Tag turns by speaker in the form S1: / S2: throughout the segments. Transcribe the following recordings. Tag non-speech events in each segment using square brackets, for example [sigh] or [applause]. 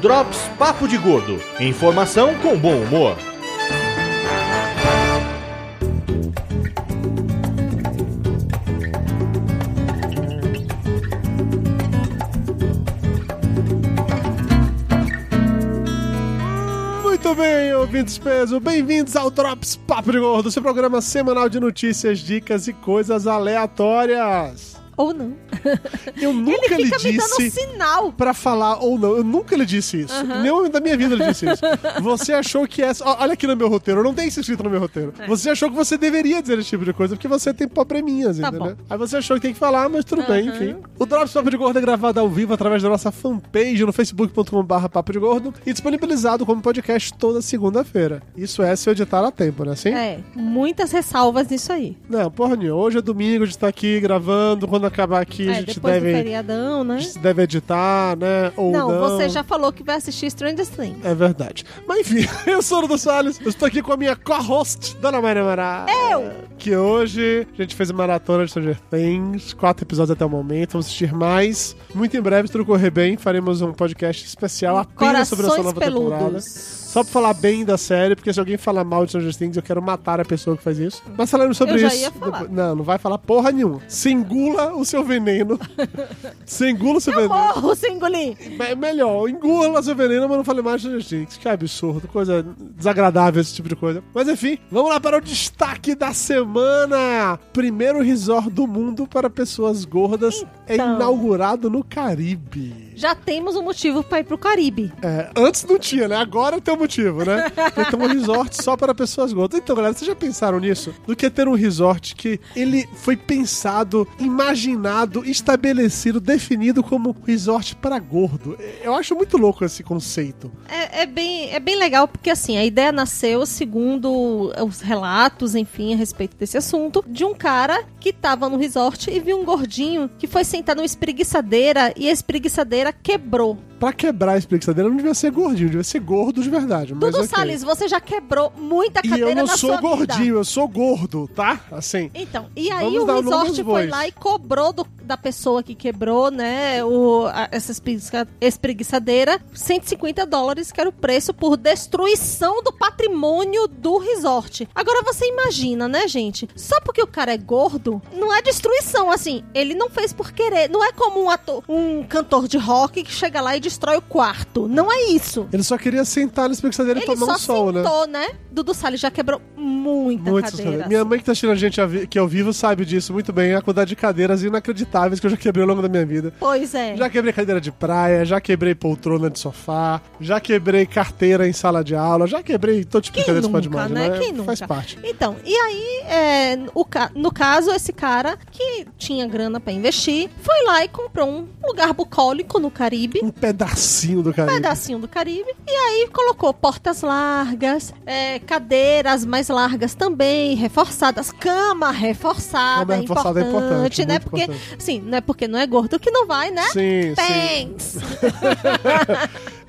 S1: Drops Papo de Gordo. Informação com bom humor.
S2: Muito bem, ouvintes peso, bem-vindos ao Drops Papo de Gordo, seu programa semanal de notícias, dicas e coisas aleatórias.
S3: Ou não.
S2: Eu nunca
S3: Ele fica
S2: lhe
S3: me dando um
S2: disse
S3: sinal.
S2: pra falar ou não, eu nunca lhe disse isso. Nem homem da minha vida ele disse
S3: [laughs]
S2: isso. Você achou que essa. ó, Olha aqui no meu roteiro, não tem isso escrito no meu roteiro.
S3: É.
S2: Você achou que você deveria dizer esse tipo de coisa, porque você tem probleminhas,
S3: Tá
S2: entendeu? Aí você achou que tem que falar, mas tudo bem, enfim. O Drops Papo de Gordo é gravado ao vivo através da nossa fanpage no facebook.com.br papo de gordo e disponibilizado como podcast toda segunda-feira. Isso é se eu editar a tempo, né? Sim?
S3: É, muitas ressalvas nisso aí.
S2: Não, porra nenhuma. Hoje é domingo, a gente tá aqui gravando. Quando acabar aqui, a
S3: É,
S2: gente
S3: depois do
S2: deve.
S3: feriadão, né?
S2: A gente deve editar, né? Ou não,
S3: Não, você já falou que vai assistir Stranger Things.
S2: É verdade. Mas enfim, [laughs] eu sou o Dudu Salles, eu estou aqui com a minha co-host, Dona Maria Mará.
S3: Eu!
S2: Que hoje a gente fez uma maratona de Stranger Things, quatro episódios até o momento, vamos assistir mais. Muito em breve, se tudo correr bem, faremos um podcast especial apenas sobre essa
S3: Corações
S2: nova temporada.
S3: peludos.
S2: Só pra falar bem da série, porque se alguém falar mal de Stranger Things, eu quero matar a pessoa que faz isso. Mas falando sobre
S3: Eu já
S2: isso.
S3: ia falar.
S2: depois- Não, não vai falar porra nenhuma. Se engula o seu
S3: [laughs]
S2: veneno. se engula o seu veneno.
S3: Morro, Singolim!
S2: Me- é melhor, engula seu veneno, mas não fale mais de Stranger Things. Que absurdo, coisa desagradável esse tipo de coisa. Mas enfim, vamos lá para o destaque da semana. Primeiro resort do mundo para pessoas gordas é
S3: Então.
S2: inaugurado no Caribe.
S3: Já temos um motivo pra ir pro Caribe.
S2: É, antes não tinha, né? Agora tem um motivo, né? Tem que ter um resort só para pessoas gordas. Então, galera, vocês já pensaram nisso? Do que ter um resort que ele foi pensado, imaginado, estabelecido, definido como resort para gordo. Eu acho muito louco esse conceito.
S3: É, é bem, é bem legal, porque assim, a ideia nasceu, segundo os relatos, enfim, a respeito desse assunto, de um cara que tava no resort e viu um gordinho que foi sentar numa espreguiçadeira e a espreguiçadeira quebrou.
S2: Pra quebrar a espreguiçadeira, não devia ser gordinho, devia ser gordo de verdade. Mas
S3: Dudu
S2: ok.
S3: Salles, você já quebrou muita
S2: E
S3: cadeira
S2: eu não
S3: na
S2: sou
S3: sua
S2: gordinho,
S3: vida.
S2: eu sou gordo, tá? Assim.
S3: Então, e aí
S2: Vamos
S3: o
S2: dar o nome
S3: resort
S2: dos
S3: foi
S2: bois.
S3: lá e cobrou do- da pessoa que quebrou, né, o, a- essa espreguiça- espreguiçadeira, 150 dólares, que era o preço por destruição do patrimônio do resort. Agora você imagina, né, gente? Só porque o cara é gordo, não é destruição, assim, ele não fez por querer. Não é como um, ator, um cantor de rock que chega lá e destrói o quarto. Não é isso.
S2: Ele só queria sentar na espreguiçadeira e
S3: Ele
S2: tomar
S3: só
S2: um sol, né?
S3: sentou, né? Dudu Salles já quebrou muita
S2: Muitas
S3: cadeira.
S2: cadeiras. Minha mãe que tá assistindo a gente ao vi- que ao vivo sabe disso muito bem, a quantidade de cadeiras inacreditáveis que eu já quebrei ao longo da minha vida.
S3: Pois é.
S2: Já quebrei cadeira de praia, já quebrei poltrona de sofá, já quebrei carteira em sala de aula, já quebrei todo tipo de
S3: Quem
S2: cadeira que você pode
S3: nunca,
S2: imaginar.
S3: né? Quem nunca?
S2: Faz parte.
S3: Então, e aí, é, o ca- no caso, esse cara que tinha grana pra investir, foi lá e comprou um lugar bucólico no Caribe.
S2: Um pedacinho do
S3: Um
S2: carinho.
S3: pedacinho do Caribe. E aí colocou portas largas, é, cadeiras mais largas também, reforçadas, cama reforçada,
S2: Cama reforçada é importante,
S3: né?
S2: muito
S3: Porque,
S2: importante.
S3: sim, não é porque não é gordo que não vai, né?
S2: Sim, sim.
S3: Thanks!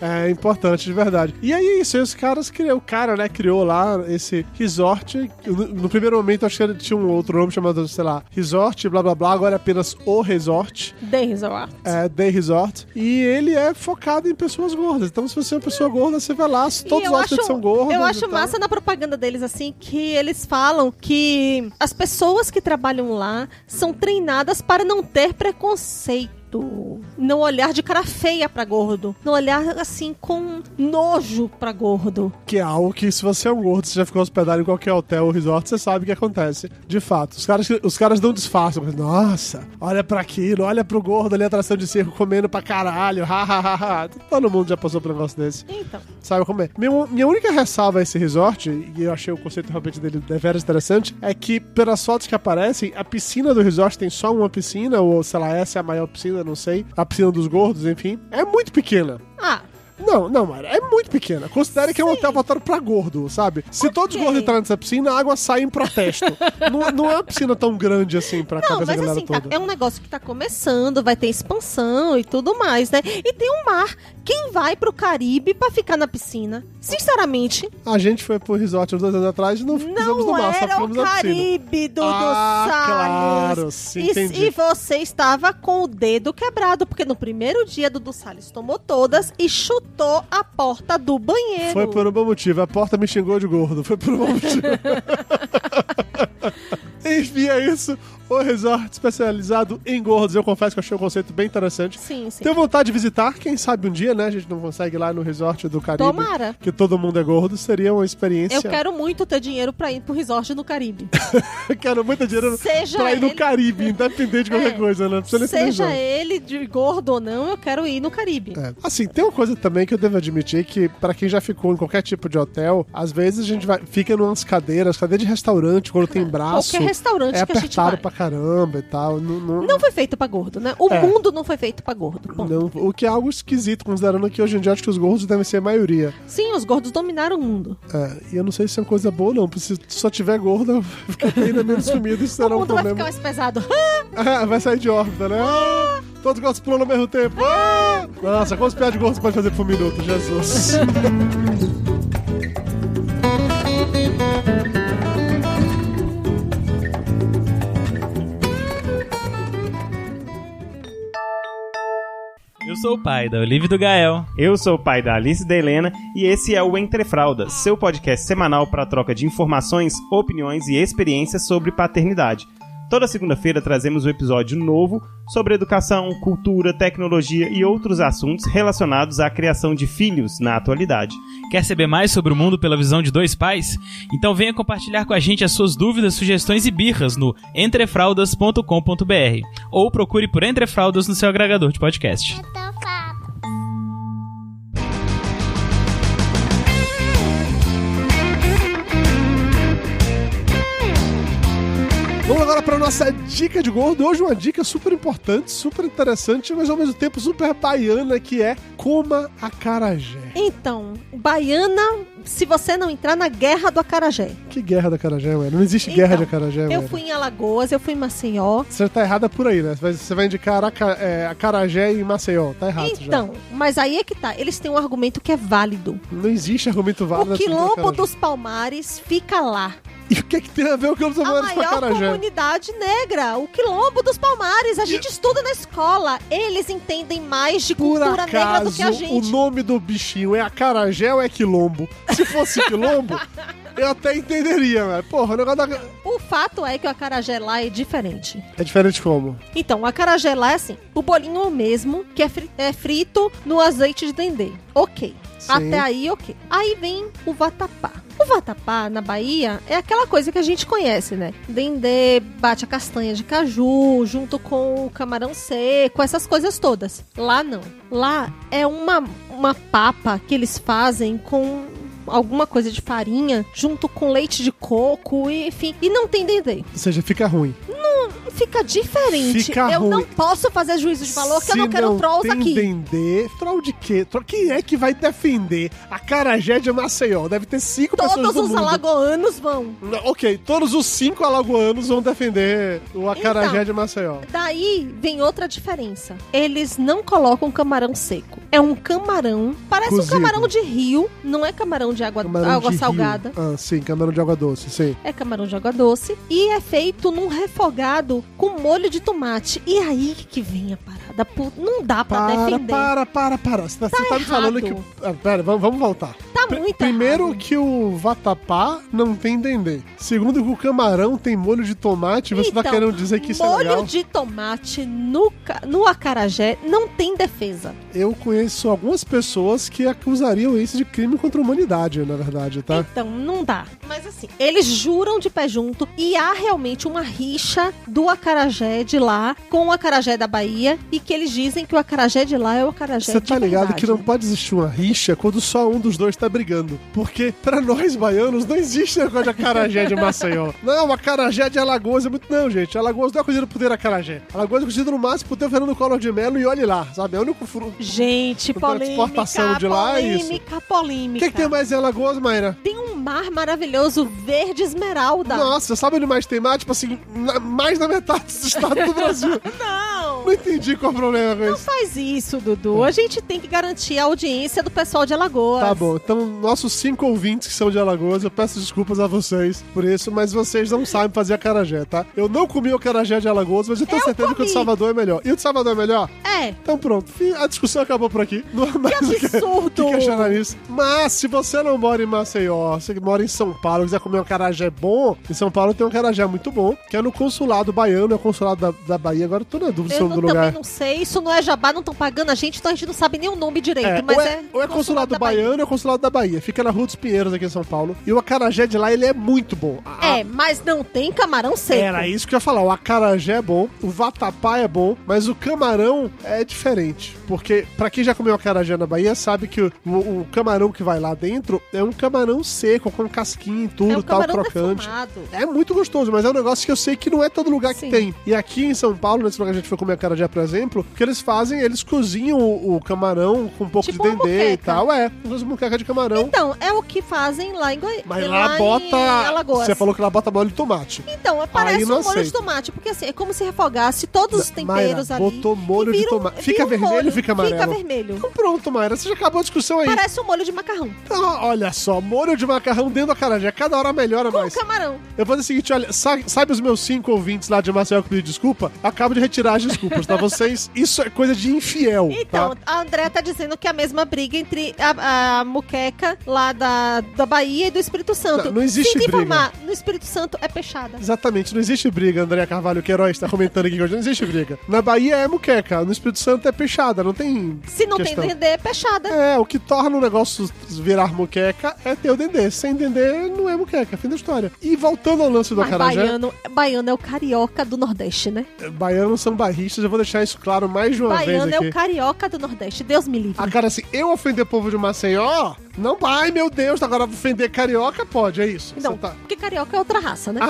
S2: É importante, de verdade. E aí é isso, aí os caras criou, o cara, né, criou lá esse resort. No, no primeiro momento, acho que ele tinha um outro nome chamado, sei lá, resort, blá blá blá, agora é apenas o resort.
S3: The Resort.
S2: é, Day Resort. E ele é focado em pessoas gordas. Então, se você é uma pessoa gorda, você vai lá.
S3: E
S2: Todos os
S3: eu
S2: hóspedes
S3: acho-
S2: são né, gordos.
S3: Eu
S2: e
S3: acho
S2: tal.
S3: massa na propaganda deles, assim, que eles falam que as pessoas que trabalham lá são treinadas para não ter preconceito. Não olhar de cara feia pra gordo. Não olhar assim com nojo pra gordo.
S2: Que é algo que, se você é um gordo, você já ficou hospedado em qualquer hotel ou resort, você sabe o que acontece. De fato, os caras, os caras não disfarçam. mas, Nossa, olha pra aquilo, olha pro gordo ali, atração de circo, comendo pra caralho. Ha, ha, ha, ha. Todo mundo já passou por um negócio desse.
S3: Então,
S2: Sabe como é? Minha, minha única ressalva a esse resort, e eu achei o conceito realmente dele deveras interessante, é que, pelas fotos que aparecem, a piscina do resort tem só uma piscina, ou sei lá, essa é a maior piscina, não sei. A piscina dos gordos, enfim. É muito pequena.
S3: ah,
S2: Não, não, Mara, é muito pequena. Considere que é um hotel voltado pra gordo, sabe? Se todos os gordos entrarem nessa piscina, a água sai em protesto.
S3: [laughs]
S2: não, não é uma piscina tão grande assim pra
S3: não,
S2: cabeça da
S3: mas
S2: galera
S3: assim, tá-
S2: toda.
S3: é um negócio que tá começando, vai ter expansão e tudo mais, né? E tem um mar. Quem vai pro Caribe pra ficar na piscina? Sinceramente,
S2: A gente foi pro resort uns dois anos atrás e não, fizemos no
S3: Não
S2: mar, só
S3: era
S2: ficamos
S3: o
S2: na piscina.
S3: Caribe, Dudu
S2: Ah,
S3: Salles.
S2: claro, sim,
S3: e,
S2: entendi.
S3: e você estava com o dedo quebrado, porque no primeiro dia Dudu Salles tomou todas e chutou chutou a porta do banheiro.
S2: Foi por um bom motivo. A porta me xingou de gordo. Foi por um bom motivo. [laughs] Enfim, é isso. O resort especializado em gordos. Eu confesso que eu achei um conceito bem interessante.
S3: Sim, sim.
S2: Tenho vontade de visitar, quem sabe um dia, né? A gente não consegue ir lá no resort do Caribe.
S3: Tomara.
S2: Que todo mundo é gordo, seria uma experiência.
S3: Eu quero muito ter dinheiro pra ir pro resort no Caribe.
S2: Eu [laughs] quero muito dinheiro [laughs]
S3: Seja
S2: pra ir no
S3: ele-
S2: Caribe, independente de qualquer
S3: É.
S2: coisa, né? Não precisa nem ser
S3: Seja
S2: resort.
S3: ele de gordo ou não, eu quero ir no Caribe.
S2: É. Assim, tem uma coisa também que eu devo admitir que, pra quem já ficou em qualquer tipo de hotel, às vezes a gente vai, fica em umas cadeiras, cadeira de restaurante, quando tem braço.
S3: Qualquer restaurante
S2: é
S3: que a gente
S2: apertado
S3: vai.
S2: pra caramba e tal. Não, não,
S3: Não foi feito pra gordo, né? O
S2: É.
S3: mundo não foi feito pra gordo. Bom,
S2: não- o que é algo esquisito, considerando que hoje em dia acho que os gordos devem ser a maioria.
S3: Sim, os gordos dominaram o mundo.
S2: É, e eu não sei se é uma coisa boa ou não, porque se só tiver [laughs] gordo, fica ainda menos comida, isso será
S3: [laughs] o
S2: um
S3: mundo vai ficar
S2: problema.
S3: mais pesado.
S2: [laughs] Ah, vai sair de órbita, né? Ah, todos gostam pulam ao mesmo tempo. Ah! Nossa, quantos piadas de gordo você pode fazer por minuto, Jesus?
S4: Eu sou o pai da Olivia e do Gael.
S5: Eu sou o pai da Alice e da Helena e esse é o Entre Fraldas, seu podcast semanal para troca de informações, opiniões e experiências sobre paternidade. Toda segunda-feira trazemos um episódio novo sobre educação, cultura, tecnologia e outros assuntos relacionados à criação de filhos na atualidade.
S4: Quer saber mais sobre o mundo pela visão de dois pais? Então venha compartilhar com a gente as suas dúvidas, sugestões e birras no entrefraldas.com.br ou procure por Entre Fraldas no seu agregador de podcast.
S2: Vamos agora para nossa dica de gordo. Hoje uma dica super importante, super interessante, mas ao mesmo tempo super baiana, que é coma acarajé.
S3: Então, Baiana, se você não entrar na guerra do Acarajé.
S2: Que guerra da acarajé, mano. Não existe guerra de
S3: Então,
S2: acarajé,
S3: Eu
S2: mano.
S3: fui em Alagoas, eu fui em Maceió.
S2: Você tá errada por aí, né? Você vai- Você vai indicar aca, é, acarajé e Maceió. Tá errado
S3: Então, mas aí é que tá. Eles têm um argumento que é válido.
S2: já. Não existe argumento válido. assim,
S3: o
S2: sobre
S3: Quilombo
S2: acarajé.
S3: dos Palmares fica lá.
S2: E o que, é que tem a ver o Quilombo dos
S3: a
S2: Palmares com
S3: maior
S2: acarajé?
S3: comunidade negra, o Quilombo dos Palmares. A gente estuda na escola. Eles entendem mais de
S2: Por
S3: cultura negra do
S2: acaso,
S3: que a
S2: o
S3: gente.
S2: nome do bichinho é acarajé ou é quilombo? Se fosse
S3: [laughs]
S2: quilombo, eu até entenderia, né? Porra, o negócio da...
S3: O fato é que o acarajé lá é diferente.
S2: É diferente como?
S3: Então, o acarajé lá é assim, o bolinho é o mesmo, que é, fri- é frito no azeite de dendê. Ok.
S2: Sim.
S3: Até aí, ok. Aí vem o vatapá. O vatapá, na Bahia, é aquela coisa que a gente conhece, né? Dendê, bate a castanha de caju, junto com o camarão seco, essas coisas todas. Lá não. Lá é uma, uma papa que eles fazem com alguma coisa de farinha, junto com leite de coco, e, enfim. E não tem dendê
S2: Ou seja, fica ruim.
S3: fica diferente.
S2: Fica
S3: eu
S2: ruim.
S3: não posso fazer juízo de valor que eu não quero trolls
S2: tem
S3: aqui.
S2: Dendê, troll de quê? Troll- Quem é que vai defender a Carajé de Maceió? Deve ter cinco pessoas
S3: Todos
S2: do
S3: os
S2: mundo.
S3: alagoanos vão.
S2: Não, Ok, todos os cinco alagoanos vão defender o Acarajé
S3: Então.
S2: de Maceió.
S3: Daí vem outra diferença. Eles não colocam camarão seco. É um camarão, parece
S2: Cozido.
S3: um camarão de rio, não é camarão de água,
S2: Camarão
S3: água
S2: de rio.
S3: salgada.
S2: Ah, sim, camarão de água doce, sim.
S3: É camarão de água doce e é feito num refogado com molho de tomate. E aí que vem a parada. Pô, Não dá pra
S2: Para,
S3: defender.
S2: para, para, para. Você tá, você tá me falando que.
S3: errado.
S2: Ah, pera, vamos, vamos voltar.
S3: Tá
S2: Pri-
S3: muito
S2: Primeiro
S3: errado.
S2: que o vatapá não tem dendê. Segundo que o camarão tem molho de tomate. Você tá
S3: Então,
S2: querendo dizer que isso é
S3: molho
S2: legal?
S3: de tomate no, ca- no acarajé não tem defesa.
S2: Eu conheço algumas pessoas que acusariam isso de crime contra a humanidade, na verdade, tá?
S3: Então, não dá. Mas assim, eles juram de pé junto e há realmente uma rixa do acarajé de lá com o acarajé da Bahia e que eles dizem que o acarajé de lá é o acarajé
S2: Você
S3: de
S2: tá ligado
S3: verdade.
S2: que não pode existir uma rixa quando só um dos dois tá brigando. Porque pra nós baianos não existe negócio de acarajé de
S3: [laughs]
S2: Maceió. Não, acarajé de Alagoas é muito. Não, gente. Alagoas não é conhecido por ter acarajé. Alagoas é conhecido no máximo por ter o Fernando Collor de Melo e olhe lá, sabe? É o único fruto.
S3: Gente,
S2: Não tem
S3: polêmica,
S2: exportação de lá, é isso.
S3: polêmica,
S2: O
S3: polêmica.
S2: que, que tem mais em Alagoas, Mayra?
S3: Tem um mar maravilhoso verde esmeralda. [laughs]
S2: Nossa, sabe onde mais tem mar? Tipo assim, na- mais da metade dos estados do Brasil.
S3: Não!
S2: Não entendi qual é o problema com isso.
S3: Faz isso, Dudu. A gente tem que garantir a audiência do pessoal de Alagoas.
S2: Tá bom, então nossos cinco ouvintes que são de Alagoas, eu peço desculpas a vocês por isso, mas vocês não sabem fazer acarajé, tá? Eu não comi o acarajé de Alagoas, mas eu tenho
S3: Eu
S2: certeza que o
S3: comi.
S2: de Salvador é melhor. E o de Salvador é melhor?
S3: É.
S2: Então pronto, fi- a discussão acabou por aqui. Não há mais o que- o
S3: absurdo!
S2: que questionar nisso. Mas se você não mora em Maceió, se mora em São Paulo, quiser comer um carajé bom, em São Paulo tem um carajé muito bom, que é no consulado baiano, é o consulado da, da Bahia. Agora eu tô na dúvida
S3: Eu
S2: sobre
S3: não-
S2: o
S3: também
S2: lugar.
S3: não sei, isso não é jabá, não estão pagando a gente, então a gente não sabe nem o nome direito,
S2: É,
S3: mas
S2: ou, é,
S3: é.
S2: ou é consulado,
S3: da
S2: baiano ou é consulado da Bahia. Fica na Rua dos Pinheiros, aqui em São Paulo. E o acarajé de lá, ele é muito bom. A-
S3: É, mas não tem camarão seco.
S2: Era isso que eu ia falar. O acarajé é bom, o vatapá é bom, mas o camarão é diferente. Porque, pra quem já comeu acarajé na Bahia, sabe que o, o- o camarão que vai lá dentro é um camarão seco, com casquinha e tudo,
S3: é um
S2: tal,
S3: camarão
S2: tá
S3: né?
S2: crocante.
S3: defumado.
S2: É muito gostoso, mas é um negócio que eu sei que não é todo lugar
S3: Sim.
S2: que tem. E aqui em São Paulo, nesse lugar que a gente foi comer a carajé, por exemplo, o que eles fazem, eles cozinham o, o camarão com um pouco
S3: Tipo
S2: de
S3: uma
S2: dendê e
S3: moqueca.
S2: tal. É, uma moqueca de camarão.
S3: Então, é o que fazem lá em Goiânia.
S2: Mas lá bota.
S3: Alagoas.
S2: Você falou que lá bota molho de tomate.
S3: Então, parece um
S2: não
S3: molho de
S2: aceito.
S3: tomate, porque assim, é como se refogasse todos os temperos
S2: Mayra,
S3: ali.
S2: botou molho
S3: e
S2: de
S3: vira um-
S2: tomate.
S3: vira
S2: Fica
S3: um
S2: vermelho
S3: molho.
S2: ou fica amarelo? é
S3: Fica vermelho.
S2: Então pronto, Mayra, você já acabou a discussão aí.
S3: Parece um molho de macarrão.
S2: Então, olha só, molho de macarrão dentro da carajé. Cada hora melhora
S3: Com
S2: mais.
S3: camarão.
S2: Eu vou fazer o seguinte, olha, sa- sabe os meus cinco ouvintes lá de Marcel que pediu desculpa? Acabo de retirar as desculpas, tá? Vocês, isso é coisa de infiel,
S3: Então,
S2: tá?
S3: a André tá dizendo que é a mesma briga entre a, a muqueca lá da, da Bahia e do Espírito Santo.
S2: Não, não existe
S3: Tem que
S2: briga.
S3: informar, no Espírito Santo é peixada.
S2: Exatamente, não existe briga, André Carvalho Queiroz tá comentando aqui hoje, não existe briga. Na Bahia é muqueca, no Espírito Santo é peixada, não tem
S3: Se não
S2: questão.
S3: tem dendê, é peixada.
S2: É, o que torna o negócio virar muqueca é ter o dendê. Sem dendê não é muqueca, fim da história. E voltando ao lance do
S3: Mas
S2: acarajé,
S3: baiano, baiano é o carioca do Nordeste, né?
S2: baianos são barristas, eu vou deixar isso claro mais de uma
S3: baiano
S2: vez
S3: é
S2: aqui.
S3: o carioca do Nordeste. Deus me livre.
S2: Ah, cara, assim, eu ofender povo de Maceió, não vai, meu Deus, agora ofender carioca pode, é isso.
S3: não,
S2: Você tá-
S3: porque carioca é outra raça, né?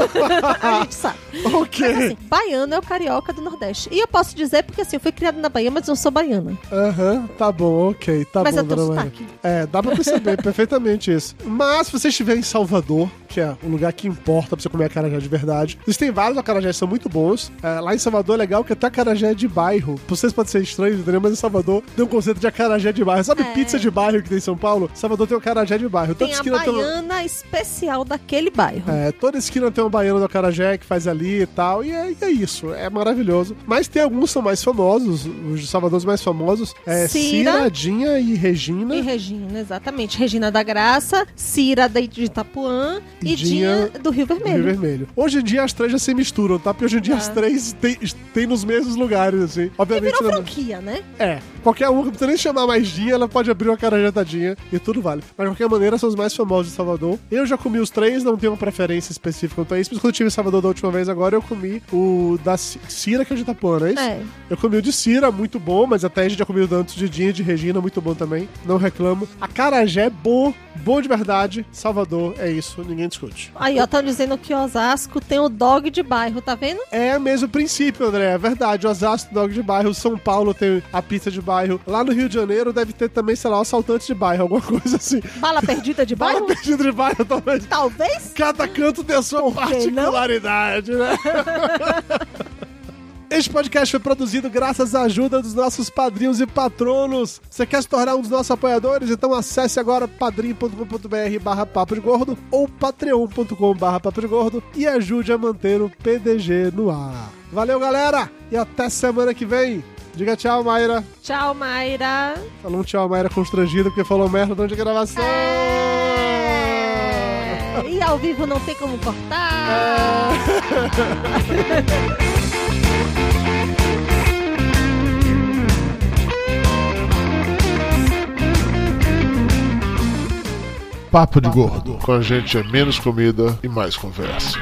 S3: A
S2: Ah,
S3: gente sabe.
S2: [laughs] ok.
S3: Mas assim, baiano é o carioca do Nordeste. E eu posso dizer porque assim, eu fui criada na Bahia, mas não sou baiana.
S2: Aham, tá bom, ok, tá
S3: Mas
S2: bom.
S3: eu tenho
S2: dona Maria.
S3: sotaque.
S2: É, dá pra
S3: [laughs]
S2: perceber perfeitamente isso. Mas se você estiver em Salvador, que é o lugar que importa pra você comer acarajé de verdade, existem vários acarajés que são muito bons. É, lá em Salvador é legal que até acarajé de bairro. Pra vocês pode ser estranho, entendeu? Mas em Salvador tem um conceito de acarajé de bairro. Sabe
S3: É.
S2: pizza de bairro que tem em São Paulo? Salvador tem um acarajé de bairro. Toda
S3: Tem a
S2: esquina tem um-
S3: baiana especial daquele bairro.
S2: É, toda esquina tem um baiano do Acarajé que faz ali e tal, e é, e é isso, é maravilhoso. Mas tem alguns que são mais famosos, os de Salvador os mais famosos, é
S3: Cira.
S2: Ciradinha e Regina.
S3: E Regina, exatamente. Regina da Graça, Cira da- de Itapuã e,
S2: E Dinha
S3: Dinha do Rio
S2: do Rio
S3: Vermelho.
S2: Vermelho. Hoje em dia as três já se misturam, tá? Porque hoje em dia
S3: Tá.
S2: as três tem, tem nos mesmos lugares, assim. Obviamente.
S3: Virou
S2: não-
S3: franquia, né?
S2: É. Qualquer uma, não precisa nem chamar mais Dinha, ela pode abrir uma cara jatadinha e tudo vale. Mas de qualquer maneira, são os mais famosos de Salvador. Eu já comi os três, não tenho uma preferência específica quanto a isso, mas quando eu estive em Salvador da última vez, agora eu comi o da Ci- Cira, que é de Itapuã, não é isso?
S3: É.
S2: Eu comi o de Cira, muito bom, mas até a gente já comeu antes de Dinha, de Regina, muito bom também. Não reclamo. A Carajé, bom, bom de verdade. Salvador, é isso, ninguém discute.
S3: Aí, ó, estão dizendo que Osasco tem o dog de bairro, tá vendo?
S2: É o mesmo princípio, André. É verdade. Osasco, dog de bairro. São Paulo tem a pizza de bairro. Lá no Rio de Janeiro deve ter também, sei lá, o assaltante de bairro, alguma [laughs] coisa assim.
S3: Bala perdida de
S2: Bala
S3: bairro?
S2: perdida de bairro, talvez.
S3: Talvez.
S2: Cada canto tem a sua particularidade, né? Este podcast foi produzido graças à ajuda dos nossos padrinhos e patronos. Você quer se tornar um dos nossos apoiadores? Então acesse agora padrim.com.br barra papo de gordo ou patreon.com barra papo de gordo e ajude a manter o PDG no ar. Valeu, galera! E até semana que vem. Diga tchau, Mayra.
S3: Tchau, Mayra.
S2: Falou um tchau, Mayra, constrangida porque falou merda durante a gravação.
S3: É, E ao vivo não tem como cortar.
S6: Papo de Gordo. Com a gente é menos comida e mais conversa.